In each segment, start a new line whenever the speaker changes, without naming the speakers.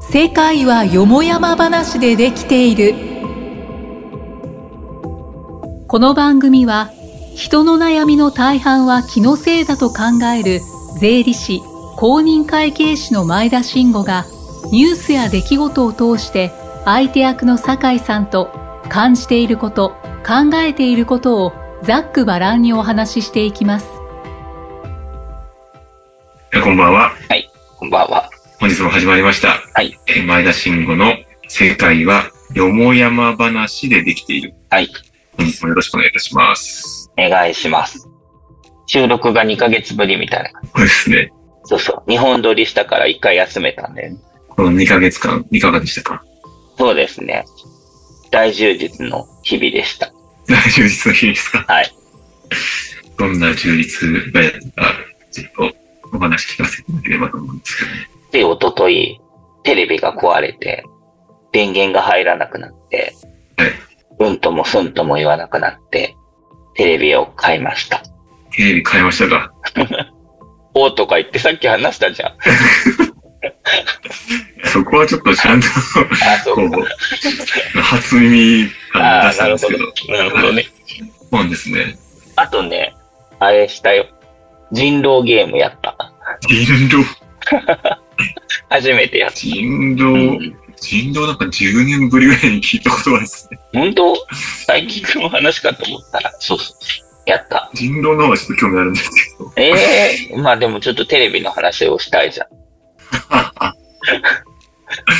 世界はよもやま話でできているこの番組は人の悩みの大半は気のせいだと考える税理士公認会計士の前田慎吾がニュースや出来事を通して相手役の酒井さんと感じていること考えていることをざっくばらんにお話ししていきます
こんばんは。
こんばんは。
本日も始まりました。
はい
えー。前田慎吾の世界はよもやま話でできている。
はい。
本日もよろしくお願いいたします。
お願いします。収録が2ヶ月ぶりみたいな。
これですね。
そうそう。日本撮りしたから1回休めたんで、ね。
この2ヶ月間、いかがでしたか
そうですね。大充実の日々でした。
充実の日ですか
はい。
どんな充実がやったか、ちょっとお話聞かせていただければと思うんですけど、ね。
で、一昨日テレビが壊れて、電源が入らなくなって
はい、
うんともすんとも言わなくなって、テレビを買いました。
テレビ変えましたか
おーとか言ってさっき話したじゃん。
そこはちょっとち ゃんと、
あ、そ
こ
うか。
う、初耳感
あ
出
あ、
した
な
ん
る
です
ほ
け
ど
ど。。
なるほどね。
そうなんですね。
あとね、あれしたよ。人狼ゲームやった。
人狼、
初めてやった。
人狼、人狼なんか10年ぶりぐらいに聞いたことがですね。
本当最近の話かと思ったら、そうそう。やった。
人狼の方がちょっと興味あるんですけど。
ええまあでもちょっとテレビの話をしたいじゃん。
あ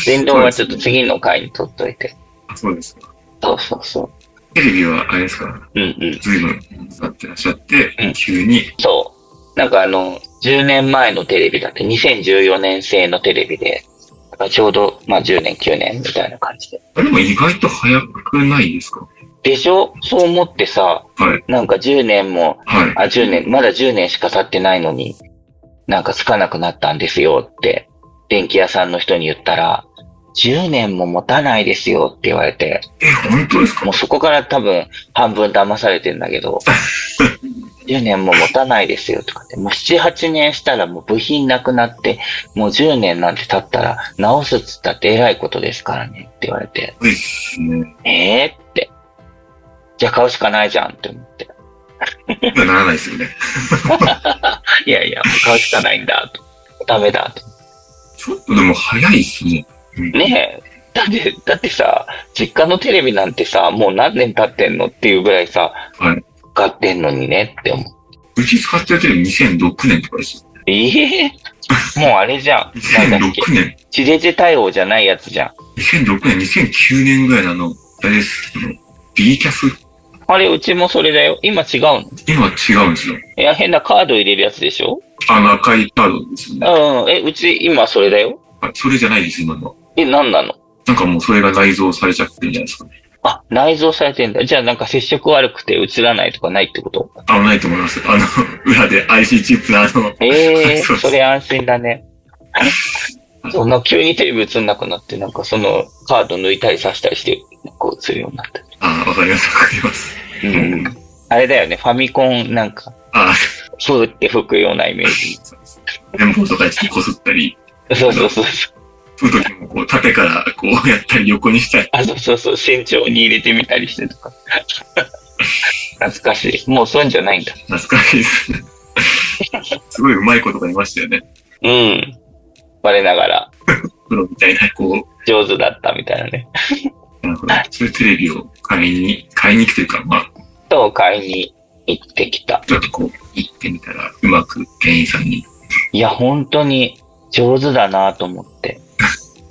電動はちょっと次の回に撮っといて。
そうですか。
そうそうそ
テレビはあれですか、
う。うんうん。
随分使ってらっしゃって、
うん
急に、
そう。なんかあの、10年前のテレビだって、2014年製のテレビで、だからちょうど、まあ10年、9年みたいな感じで。
あでも意外と早くないですか
でしょそう思ってさ、
はい、
なんか10年も、
はい。
あ、10年、まだ10年しか経ってないのに、なんかつかなくなったんですよって、電気屋さんの人に言ったら、10年も持たないですよって言われて、
え、本当ですか
もうそこから多分半分騙されてんだけ ど、10年も持たないですよとかって、もう7、8年したらもう部品なくなって、もう10年なんて経ったら直すっつったって偉いことですからねって言われて、
そうですね。
えーって。じゃあ買うしかないじゃんって思って。
今ならないですよね。
いやいや、もう買うしかないんだと。ダメだと。
ちょっとでも早いですね。
ねえ。だって、だってさ、実家のテレビなんてさ、もう何年経ってんのっていうぐらいさ、
はい
使ってんのにねって思う。
うち使ってるテレビ2006年とかですよ。
ええもうあれじゃん。なんだ っけ
2006。年
地デジ対応じゃないやつじゃん。
?2006 年、2009年ぐらいのあの、あれです、あの、B キャス
あれ、うちもそれだよ。今違うの
今違うんですよ。
いや、変なカード入れるやつでしょ
あの赤いカードですよね。
うん。え、うち今それだよ。
あそれじゃないです、今のは。
え、何なの
なんかもうそれが内蔵されちゃってるんじゃないですかね。
あ、内蔵されてんだ。じゃあなんか接触悪くて映らないとかないってこと
あの、ないと思います。あの、裏で IC チップのあの、
え え
そう
それ安心 だね。そんな急にテレビ映んなくなって、なんかそのカード抜いたり刺したりして、こうするようになった。
あわかります、わかります。
うん。あれだよね、ファミコンなんか、
あ
ふーって吹くようなイメージ。
電報とかちょっとこすったり、
そうそうそうそう。
そういう時もこう、縦からこうやったり横にしたり。
あ、そうそうそう、慎重に入れてみたりしてとか。 懐かしい。もうそういうんじゃないんだ。
懐かしいですね。すごいうまいことがいましたよね。
うん。我ながら、
プロみたいな、こ
上手だったみたいなね。
う、なんかそういうテレビを買いに、買いに行くというか、まあ、
と、買いに行ってきた。
ちょっとこう、行ってみたら、うまく店員さんに。
いや、本当に上手だなと思って。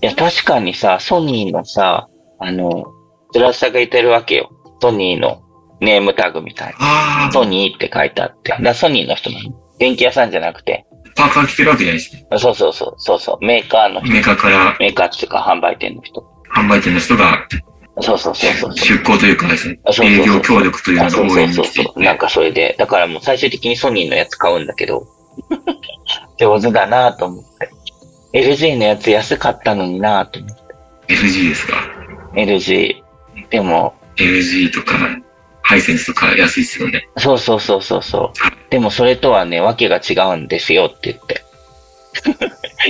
いや、確かにさ、ソニーのさ、あの、ずら下げてるわけよ。ソニーのネームタグみたい
あ
な。
あ、
ソニーって書いてあって。だからソニーの人なの。電気屋さんじゃなくて。
パーカー着てるわけじゃないですね。
そうそうそう、そうそう。メーカーの人。
メーカーから
メーカーっていうか販売店の人。
販売店の人が
そうそうそうそう。
出向というかですね
あ、そうそうそ
営
う
業協力という
あ
の
そう
を応
そ
援
う
に
そう
来てい
そう。
て、
なんかそれで、だからもう最終的にソニーのやつ買うんだけど、上手だなと思って。LG のやつ安かったのになと思って。
LG ですか
LG。でも、
?LG とか、ハイセンスとか安いですよね。
そうそうそうそうそう。でもそれ とはね、わけが違うんですよって言って。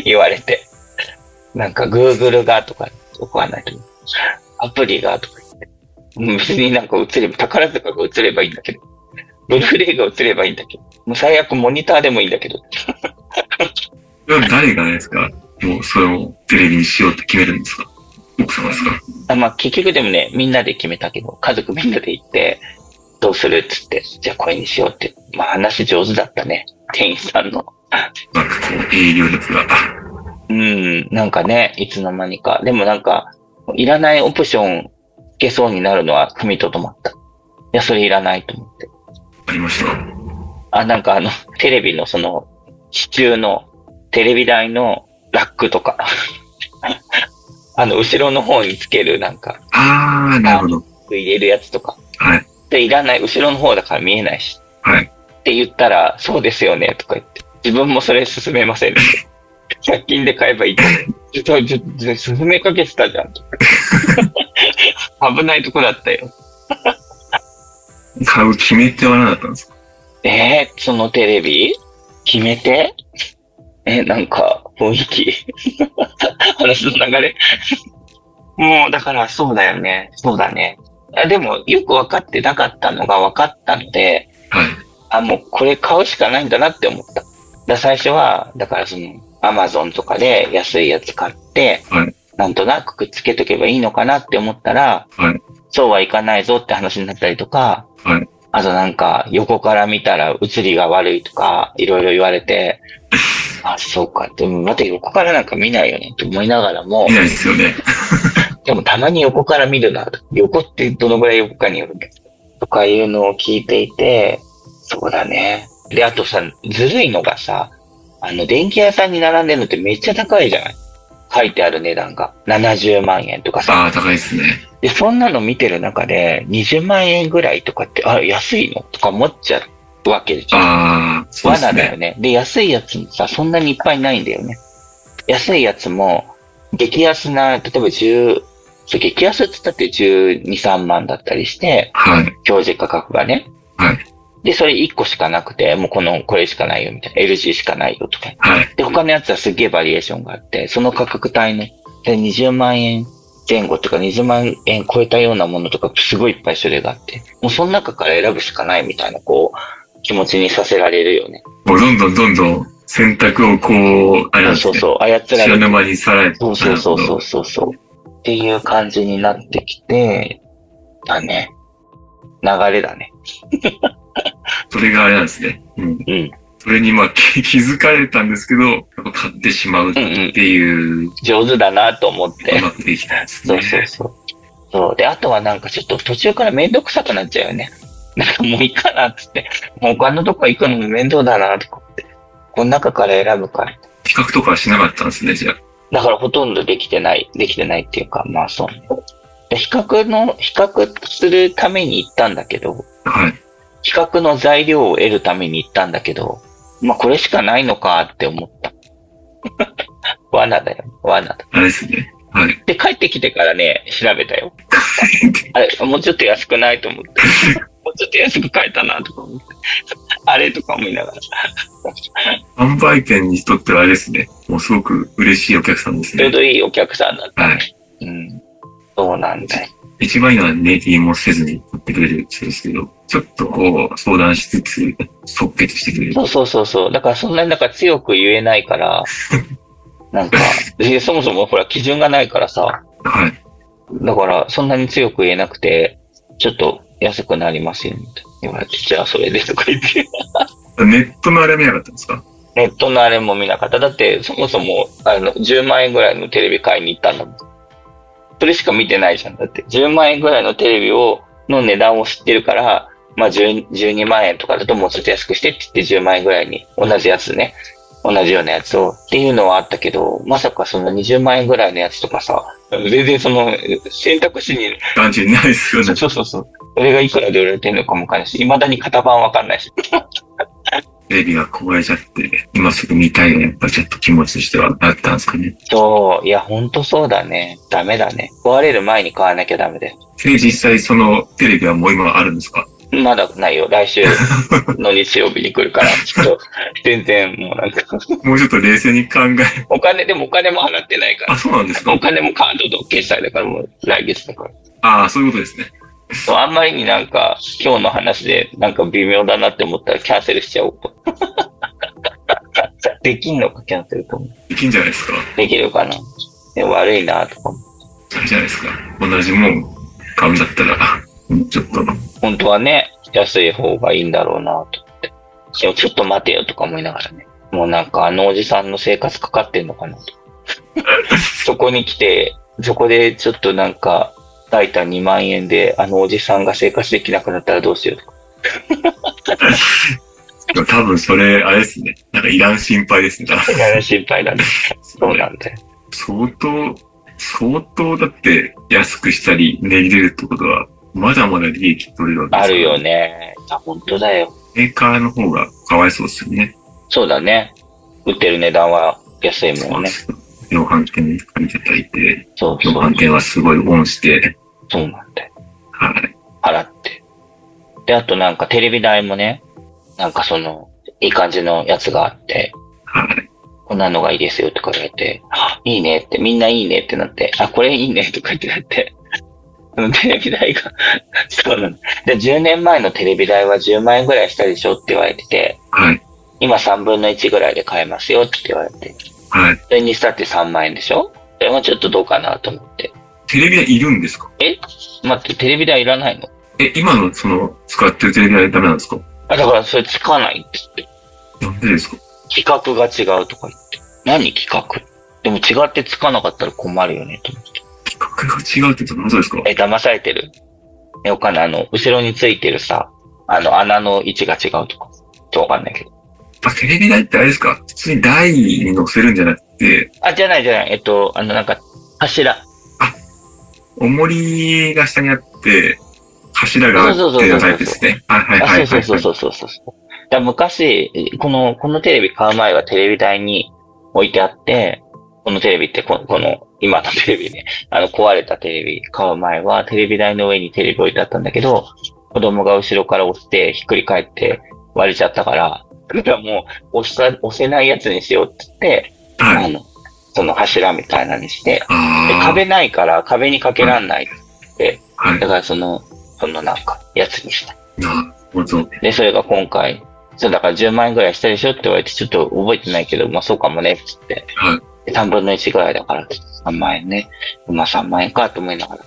言われて。なんか Google がとか、怒らないと思う。アプリがとか言って。うん別になんか映れば、宝塚が映ればいいんだけど。ブルーレイが映ればいいんだけど。もう最悪モニターでもいいんだけど。
それは誰がですかもうそれをテレビにしようって決めるんですか奥様ですか
あまあ結局でもね、みんなで決めたけど、家族みんなで行って、どうするっつって、じゃあこれにしようって。まあ話上手だったね。店員さんの。
なんかこう、営業力が。
うん、なんかね、いつの間にか。でもなんか、いらないオプションつけそうになるのは踏みとどまった。いや、それいらないと思って。
ありました。
あ、なんかあの、テレビのその、支柱の、テレビ台のラックとか、 あの、後ろの方につけるなんか、
あー、なるほど。
入れるやつとか。
はい。
で、いらない、後ろの方だから見えないし。
はい
って言ったら、そうですよね、とか言って。自分もそれ進めません、ね。100均で買えばいいと思う。ちょ、ちょ、ちょ、進めかけてたじゃん。とか危ないとこだったよ。
買う決め手は何だったんですか
えー、そのテレビ決めてえ、なんか、雰囲気話の流れもう、だから、そうだよね。そうだね。あでも、よく分かってなかったのが分かったので、
はい。
あ、もうこれ買うしかないんだなって思った。だから最初は、だからその、アマゾンとかで安いやつ買って、
はい
なんとなくくっつけとけばいいのかなって思ったら、
はい
そうはいかないぞって話になったりとか、
はい
あとなんか、横から見たら映りが悪いとか、いろいろ言われて、あ、そうかって、うん待って、横からなんか見ないよねって思いながらも
い、ないですよね。
でもたまに横から見るな。横ってどのぐらい横かによるんだとかいうのを聞いていて、そうだね。で、あとさ、ずるいのがさ、あの、電気屋さんに並んでるのってめっちゃ高いじゃない書いてある値段が。70万円とかさ。
あー、高いですね。
で、そんなの見てる中で、20万円ぐらいとかって、あ、安いのとか思っちゃうわけじゃん。
あー、そうです
罠だ
ね。
よね。で、安いやつもさ、そんなにいっぱいないんだよね。安いやつも、激安な、例えば10、そう激安って言ったって12、3万だったりして、
はい。
表示価格がね。
はい
で、それ1個しかなくて、もうこの、これしかないよ、みたいな。LG しかないよ、とか。
はい。
で、他のやつはすげえバリエーションがあって、その価格帯の、で、20万円前後とか20万円超えたようなものとか、すごいいっぱい種類があって、もうその中から選ぶしかないみたいな、こう、気持ちにさせられるよね。
もうどんどんどんどん選択をこう、あれなんです
そう
ね。
そう、操ら
知ら
れ
ぬ
る。
間にさらえて
そうそうそう
なる
そ
ほ
うそうそう。っていう感じになってきて、だね。流れだね。
どそれがあれなんですね。うん。
うん。
それにまあ 気気づかれたんですけど、やっぱ買ってしまうっ
うん
て
うん。
いう、
上手だなと思っ
う
て。
まくできたんです
そう
ね。
そうそう。そう。で、あとはなんかちょっと途中からめんどくさくなっちゃうよね。なんかもういいかなっつって。もう他のとこ行くのも面倒だなとかって。この中から選ぶから。
比較とかはしなかったんですね、じゃあ。
だからほとんどできてない、できてないっていうか、まあそう。で比較の、比較するために行ったんだけど、
はい。
比較の材料を得るために行ったんだけど、まあこれしかないのかって思った。 罠だよ、罠だ。
あれですね。はい。
で、帰ってきてからね、調べたよ。あれ、もうちょっと安くないと思って。 もうちょっと安く買えたなとか思って。あれとか思いながら。
販売店にとってはあれですね。もうすごく嬉しいお客さんです
ちょう
ね。
どいいお客さんだった
は
ね。
い。
うん。そうなんだよ。
一番いいのはネイティもせずに買ってくれる人ですけど、ちょっとこう相談しつつ、即決してくれる。
そうそうそうそう。だからそんなになんか強く言えない から、なんか、でそもそもほら基準がないからさ、
はい。
だから、そんなに強く言えなくて、ちょっと安くなりますよ、みたいな言われて、じゃあそれでとか言って。
ネットのあれは見なかったんですか
ネットのあれも見なかった。だって、そもそも、あの、10万円ぐらいのテレビ買いに行ったんだもん。それしか見てないじゃん。だって、10万円ぐらいのテレビを、の値段を知ってるから、まあ、10 12万円とかだともうちょっと安くしてって言って10万円ぐらいに、同じやつね。同じようなやつを。っていうのはあったけど、まさかその20万円ぐらいのやつとかさ、全然その選択肢に
感じないですよね。
そうそうそう。それがいくらで売れてるのかもわかんないし、未だに型番わかんないし。
テレビが壊れちゃって、今すぐ見たいがやっぱちょっと気持ちとしてはあったんですかね。
そう、いや、ほんとそうだね。ダメだね。壊れる前に買わなきゃダメだよ。
で、実際そのテレビはもう今はあるんですか
まだないよ。来週の日曜日に来るから、ちょっと、全然もうなんか、
もうちょっと冷静に考え、
お金、でもお金も払ってないから
あ、。そうなんですか
お金もカードと決済だからもう来月だから。
ああ、そういうことですね。
そうあんまりになんか今日の話でなんか微妙だなって思ったらキャンセルしちゃおう。 できんのかキャンセルと思
できんじゃないですか。
う。できるかな。でも悪いなとか思う。
あれじゃないですか。同じもん買うんだったら、ちょっと、
本当はね、安い方がいいんだろうなと思って。でもちょっと待てよとか思いながらね。もうなんかあのおじさんの生活かかってんのかな と。そこに来て、そこでちょっとなんか、大胆2万円であのおじさんが生活できなくなったらどうしようとか。
でも多分それ、あれですね。なんかいらん心配ですね。多分
いろいろ心配なんだ。そうなんだよ。
相当、相当だって安くしたり、値入れるってことは、まだまだ利益取れるわけですか
あ
ら
るよね。あ、本当だよ。
メーカーの方がかわいそうですよね。
そうだね。売ってる値段は安いもんね。
量販店に借りていただいて、
そうそ
量
う。
販店はすごいオンして、
そうなんだよ。
はい。
払って。で、あとなんかテレビ台もね、なんかその、いい感じのやつがあって、
はい。
こんなのがいいですよとか言われて、あいいねって、みんないいねってなって、あ、これいいねとか言ってなって、 そのテレビ台が、 そうなの。で、10年前のテレビ台は10万円ぐらいしたでしょって言われてて、
はい。
今3分の1ぐらいで買えますよって言われて、
はい。
それにしたって3万円でしょそれはちょっとどうかなと思って。
テレビ台いるんですか
待って、テレビ台いらないの
え、今のその、使ってるテレビ台ダメなんですか
あ、だからそれつかないって言って。
なんでですか
企画が違うとか言って。何企画でも違ってつかなかったら困るよねと思って。
企画が違うって言ったら何ですか
え、騙されてる。ね、お金、あの、後ろについてるさ、あの、穴の位置が違うとか。ちょっとわかんないけど。
あ、テレビ台ってあれですか普通に台に乗せるんじゃなくて、
あ、じゃないじゃない。えっと、あの、なんか、柱。
重りが下にあって、柱があってのタイプですね。はいはい
あ、
は
そ
いう
そ
は
う
い。
そうそうそうそう。だから昔、この、このテレビ買う前はテレビ台に置いてあって、このテレビってこの、この、今のテレビね、 あの、壊れたテレビ買う前は、テレビ台の上にテレビ置いてあったんだけど、子供が後ろから押して、ひっくり返って割れちゃったから、だからもう、押さ、押せないやつにしようって言って、
は
あ
い。
の、その柱みたいなのにして、で
あ
壁ないから壁にかけらんない。
あ。はい
だ。からその、そのなんか、やつにした。
なるほど。
で、それが今回、そうだから10万円ぐらいしたでしょって言われて、ちょっと覚えてないけど、まあそうかもねって言って、
はい
で3分の1ぐらいだから3万円ね。まあ3万円かと思いながら、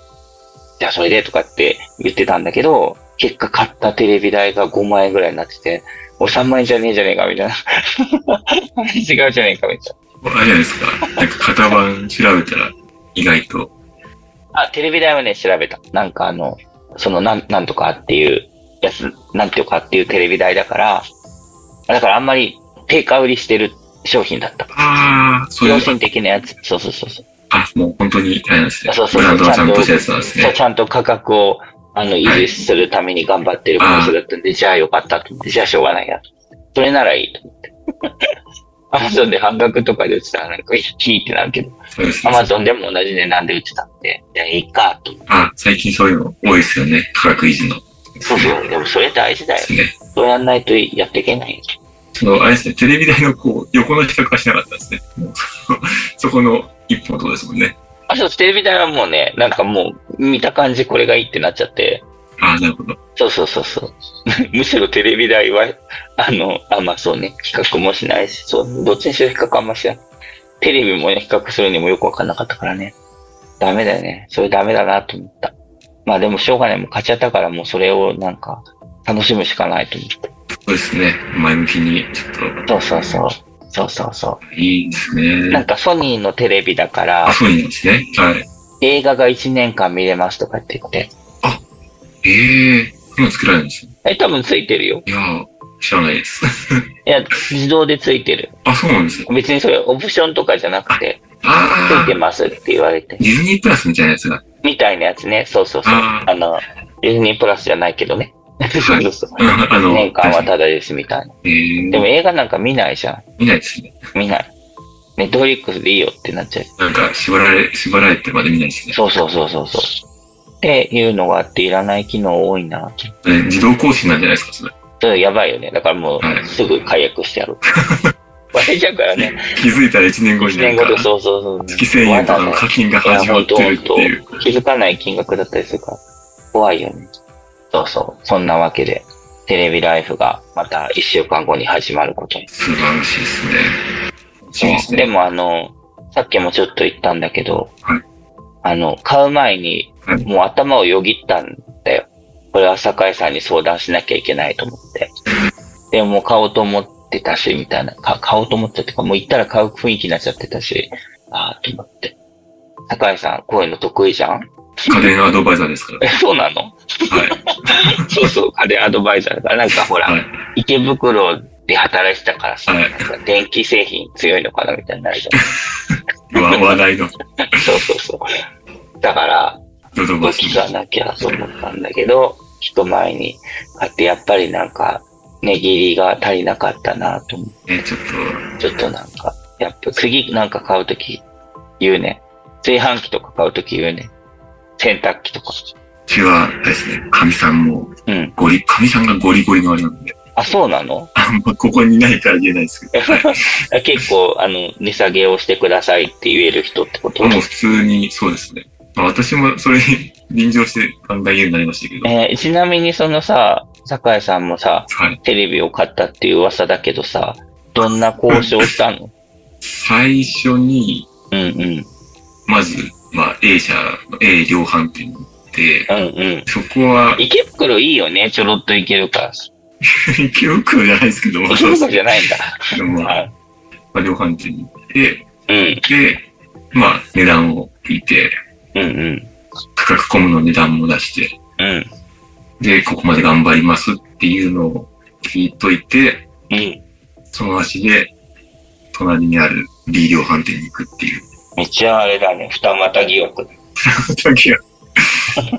じゃあそれでとかって言ってたんだけど、結果買ったテレビ代が5万円ぐらいになってて、お3万円じゃねえじゃねえかみたいな。 違うじゃねえかみたい
あれじゃないですか。なんか型番調べたら、意外と。
な。あ、テレビ代はね、調べた。なんかあの、そのなん、なんとかっていうやつ、なんとかっていうテレビ代だから、だからあんまり定価売りしてる商品だった。
ああ、そうい
良
うこと
心。的なやつ。そうそうそうそう。
あ、もう本当に、あれなんですね。
そうそうそ
ブラ
う
ンドがちゃんとしたやつなんです
そう
ね。
ちゃんと価格をあの維持するために頑張ってる会社だったんで、じゃあよかったと思って、じゃあしょうがないやと。それならいいと思って。 アマゾンで半額とかで売ってたらなんかいいってなるけど、
そうです
ア
ね。
マゾンでも同じ値段で売ってたんで、じゃあいいかと思って。
あ、最近そういうの多いですよね。価格維持の。
そ うそう。でもそれ大事だよ
で。すね。
そうやんないとやっていけないよ。
その、あれですね。テレビ台のこう、横の比較はしなかったですね。もうその そこの一本のとこですもんね。
あ、そう、テレビ台はもうね、なんかもう見た感じこれがいいってなっちゃって、
ああ、なるほど。
そうそうそうそう。 むしろテレビ台は、あの、あ、まあそうね、比較もしないし、そう、どっちにしろ比較あんましない。テレビもね、比較するにもよくわかんなかったからね。ダメだよね。それダメだなと思った。まあでもしょうがない。もう勝ちゃったからもうそれをなんか、楽しむしかないと思っ
そうですね。前向きに、ちょっと、
た。そうそうそう。そうそうそ
いいです
う。なん
ね。
かソニーのテレビだから
あ、、そうなんですね。はい。
映画が1年間見れますとかって言って。
ええー、今作られるんですよ。
え、多分ついてるよ。
いやー、知らないです。
いや、自動でついてる。
あ、そうなんですよ。
別にそれオプションとかじゃなくて、つ
あ
いて
あ、
ますって言われて
デ。ィズニープラスみたいなやつが。
みたいなやつね。そうそうそう。
あ
あの、ディズニープラスじゃないけどね。そうそうそう。
うんあの、
年間はただですみたいな。
えー
でも映画なんか見ないじゃん。
見ないですね。
見ない。ネットフリックスでいいよってなっちゃう。
なんか、縛られ、縛られてまで見ないですね。
そうそうそうそうそう。っていうのがあって、いらない機能多いなって。
え自動更新なんじゃないですか、それ。
それやばいよね。だからも
は
う、
い
すぐ解約して やろう。割れちゃうからね。
気づいたら1年後に
1
なん
年後
か
で、、そうそうそう。
月1000円とかの課金が
いや、
始ま
本
っ
当
てるっ
本
て
当
いう。
気づかない金額だったりするから、怖いよね。そうそう。そんなわけで、テレビライフがまた1週間後に始まることに。
素晴らしいですね。楽しみです
そうで
ね。
もあの、さっきもちょっと言ったんだけど、
はい
あの、買う前に
はい、
もう頭をよぎったんだよ。これは酒井さんに相談しなきゃいけないと思って。でももう買おうと思ってたし、みたいな。か買おうと思ってたっていうか、もう行ったら買う雰囲気になっちゃってたし、ああ、と思って。酒井さん、こういうの得意じゃん
家電アドバイザーですから。
えそうなの
はい。
そうそう、家電アドバイザーだから、なんかほら、
はい。
池袋で働いてたからさ、
はい
なんか電気製品強いのかなみたいになるじゃ
わ話題の
ん。そうそうそう。だから、
ドドバス
聞かなきゃと思ったんだけど、聞く前に買って、やっぱりなんか、値切りが足りなかったなと思
ね、ちょっ
うちょっとなんか、やっぱ次なんか買うとき言うね。炊飯器とか買うとき言うね。洗濯機とか。
と、うちは、ですね、神さんも、
うん。
ゴリ、神さんがゴリゴリのあれなんで、
あ、そうなの
あんまここにいないから言えないですけど、はい
あ結構、あの、値下げをしてくださいって言える人ってこと
もう普通に、そうですね。まあ私もそれに臨場して考えるようになりましたけど、
えーちなみにそのさ、酒井さんもさ、
はい。
テレビを買ったっていう噂だけどさ、どんな交渉した の
最初に、
うんうん。
まず、まあ A 社の A 量販店に行って、
うんうん。
そこは、
池袋いいよね、ちょろっと行けるから。
記憶じゃないですけど、まあ
池
そうです
袋じゃないんだ。
けど、まあ、まあ量販店に行って、
うん。
で、まあ値段を聞いて、
うんうん。
価格コムの値段も出して、
うん。
で、ここまで頑張りますっていうのを聞いといて、
うん。
その足で、隣にある B 量販店に行くっていう。
めっちゃあれだね、二股疑惑。
時が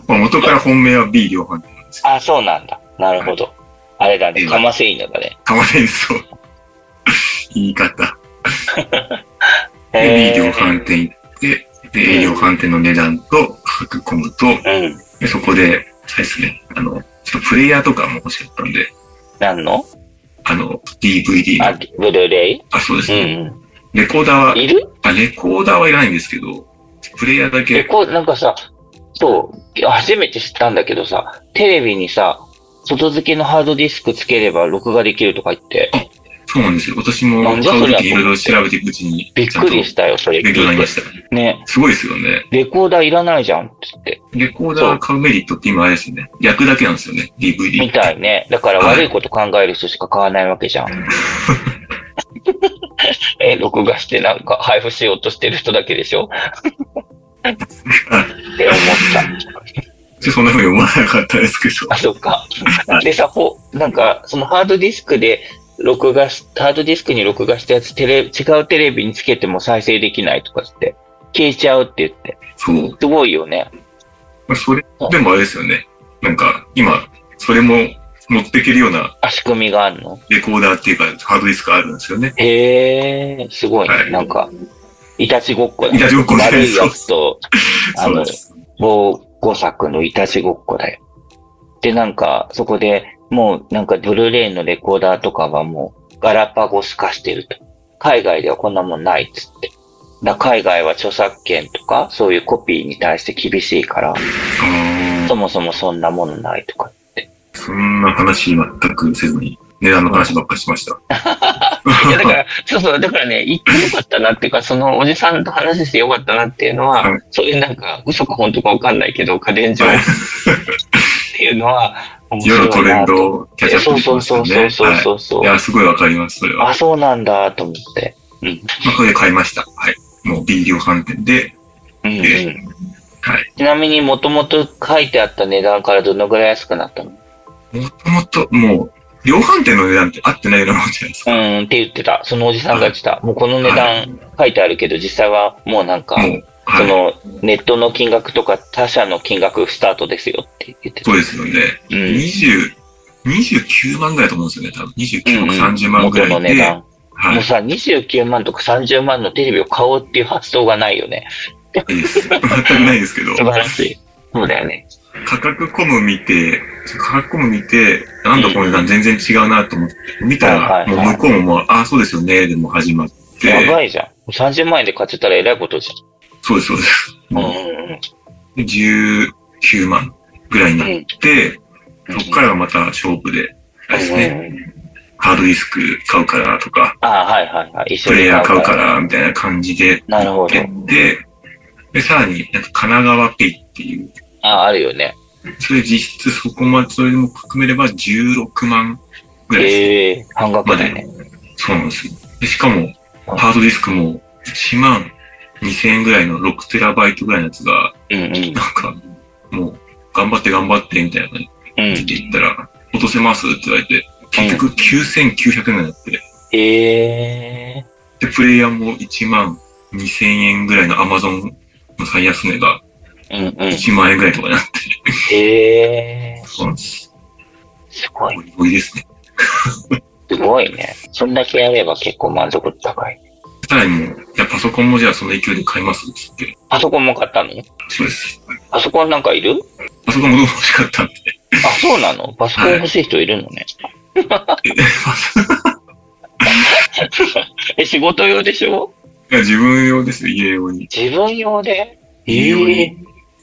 まあ元から本命は B 量販店なんですけ
あ、そうなんだ。なるほど。あれだね、
うん
かませ犬だね
ど、。たまにそう。言い方。で、B 量
へ
販店行って、で、A 量販店の値段と価格コムと、
ーうん。
でそこで、あれですね、あの、ちょっとプレイヤーとかも欲しかったんで、
何の
あの、DVD
あ
の、、
ブルーレイ
あ、そうです
うん
ね。レコーダーは
うん。いる
あ、レコーダーはいらないんですけど、プレイヤーだ
え、
け、
こう、なんかさ、そう、初めて知ったんだけどさ、テレビにさ、外付けのハードディスクつければ録画できるとか言って、
そうなんですよ。私も
なん
買
じゃ
う
そりゃ
時いろいろ調べていくうちに、
びっくり
ち
したよ、それ
ゃんと勉強になり
聞
ま
い
した。
て。ね、
すごいですよね。
レコーダーいらないじゃんって言って。
レコーダー買うメリットって今あれですよね。焼くだけなんですよね。DVD
み。たいね。だから悪いこと考える人しか買わないわけじゃん。 え、録画してなんか配布しようとしてる人だけでしょって思った。
ちょそんな風に思わなかったですけど。
あ、そっか。でさ、ほ、なんか、そのハードディスクで録画し、ハードディスクに録画したやつ、テレ、違うテレビにつけても再生できないとかって、消えちゃうって言って。
そう。
すごいよね。
まあそれ、でもあれですよね。なんか、今、それも持っていけるような
あ、仕組みがあるの
レコーダーっていうか、ハードディスクあるんですよね。
へえ、すごいね。
はい
なんか、いたちごっこだね
いたちごっこね
悪いやつと、あ
そう
の
で、す。
防護作のいたちごっこだよ。で、なんか、そこでもう、なんか、ブルーレイのレコーダーとかはもう、ガラパゴス化してると。海外ではこんなもんないっつって。だ海外は著作権とか、そういうコピーに対して厳しいから、
あ
そもそもそんなものないとか。
ーそんな話全くせずに、値段の話ばっかりしました。
いや、だから、そうそう、だからね、行ってよかったなっていうか、そのおじさんと話してよかったなっていうのは、
はい
そういうなんか、嘘か本当かわかんないけど、家電上
はい
っていうのは、面
夜
白
のト
い
レン
なと
ドをキャッチアッ
そう
プし
そ
ま
う
した
そ
よ
う
ね。
そうそう
はい
そうそう、
いや、すごいわかります、それは。
あ、そうなんだと思って。うん。
まあ、それで買いました。はい。もう B 量販店で、
うん、うん
えはい。
ちなみに、もともと書いてあった値段からどのぐらい安くなったの
もともと、もう、量販店の値段って合ってないようなもんじゃないです
う
か。
ん、って言ってた。そのおじさんが言ってた。もうこの値段書いてあるけど、実際はもうなんか、
もう、は
そ
い。
の、ネットの金額とか他社の金額スタートですよって言ってた。
そうですよね。
うん。
20、29万ぐらいだと思うんですよね、多分。29
うん
万、30万ぐら
元の
い
値
で。
段。
は
もう
い。
さ、29万とか30万のテレビを買おうっていう発想がないよね。
いいです。全くないですけど。
素晴らしい。そうだよね。
価格コム見て、価格コム見て、なんだこの値段全然違うなと思って、見た
は
ら、
いはい
も
は
う向
い
こうももう、あ、そうですよね、でも始まって、
やばいじゃん。30万円で買ってたらえらいことじ
そうです、そうです。
ゃん。
も
う
う
ん。
19万ぐらいになって、そっからがまた勝負で、あれですね、
うん
ハードディスク買うからとか、
ああ、はいはいはい。一緒
プ
に
レイヤー買うから、みたいな感じで、
なるほど。
で、で、さらに、なんか神奈川ペイっていう、
ああ、あるよね。
それ実質そこまで、それも含めれば16万ぐらいです。
ええ半額だよね。
そうなんですよ。でしかも、
うん
ハードディスクも1万2000円ぐらいの6テラバイトぐらいのやつが、
うんうん。
なんか、もう、頑張って頑張ってみたいな感
うん
じ。で言ったら、落とせますって言われて、結局9900円になって、
ええ
で、プレイヤーも1万2000円ぐらいの Amazon の最安値が
うんうん。
1万円ぐらいとかになって、
ええ
そうなんです。
すごい。
ゴリゴリですね。
すごいね。そんだけやれば結構満足度高い。
さらにもう、いや、パソコンもじゃあその勢いで買いますっつって。
パソコンも買ったの
そうです。
パソコンなんかいる
パソコンもどうも欲しかったんで。
あ、そうなのパソコン欲しい人いるのね。え、仕事用でしょ
いや、自分用ですよ、家用に。
自分用で
家用
ええ
に。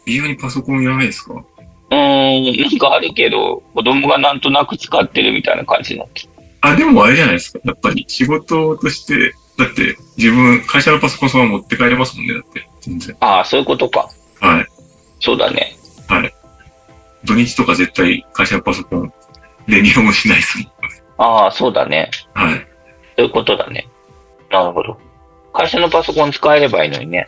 家用にパソコンいらないですか
うーん、なんかあるけど、子供がなんとなく使ってるみたいな感じになってる。
あ、でもあれじゃないですか。やっぱり仕事として、だって自分、会社のパソコンそのまま持って帰れますもんね、だって。全然。
ああ、そういうことか。
はい。
そうだね。
土日とか絶対会社のパソコン、電源もしないですもん。
ああ、そうだね。
はい。
そういうことだね。なるほど。会社のパソコン使えればいいのにね。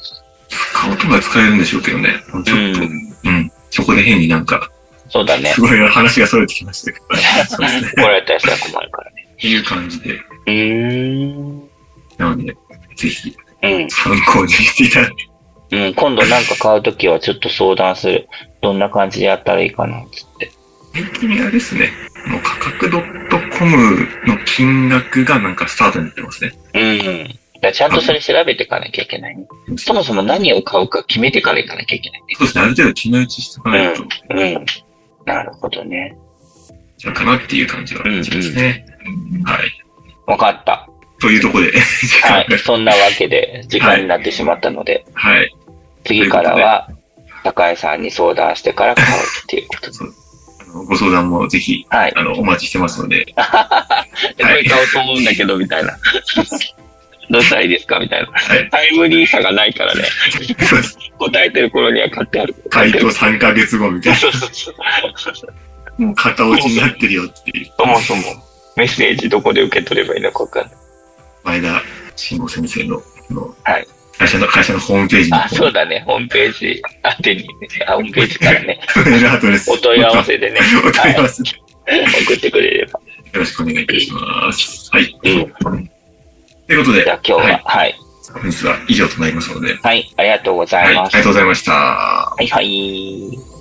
買うとか使えるんでしょうけどね。ちょっと、
うん
うん。そこで変になんか、
そうだ ね
す。ごい話が逸れてきましたけ ど。そうですね。
怒られたりしたら困るからね。
っていう感じで。
うーん。
なので、ぜひ
うん。
参考にしていただいて。
うん、今度なんか買うときはちょっと相談する。どんな感じでやったらいいかな、つって。
最近あれですね。もう価格 .com の金額がなんかスタートになってますね。
うん。だからちゃんとそれ調べていかなきゃいけないね。そ
そう
もそも何を買うか決めてからいかなきゃいけないね。
ですね。ある程度決め打ちしておかないと、
うん。なるほどね。
じゃあかなっていう感じはありますね。はい。
わかった。
というところで、時
は
間
い。
が、
そんなわけで、時間になってしまったので、
はい。
次からは、高井さんに相談してから買うっていうことで。
あのご相談もぜひ、
はい。
あの、お待ちしてますので。
これ買おうと思うんだけど、みたいな。 どうしたらいいですかみたいな。
はい。
タイムリーさがないからね。
そうです
答えてる頃には買ってある。
回答3ヶ月後みたい
そうそうそう。
な、もう片落ちになってるよっていう、
そもそも、メッセージどこで受け取ればいいのかわかんない。
前田慎吾先生の、あの
はい
会社の、会社のホームページの
あ、そうだね。ホームページ宛てに、あホームページか らね、
メールアドレス。
お問い合わ。せでね、
お問い合わせ。よ
送ってくれれば。
ろしくお願いいたします。はい。
うん
ということで、
じゃあ今日は、はい。
本日は以上となりますので、
はい、ありがとうござ
はいい、あ
ま
り
す。
がとうございました。
はい、はい。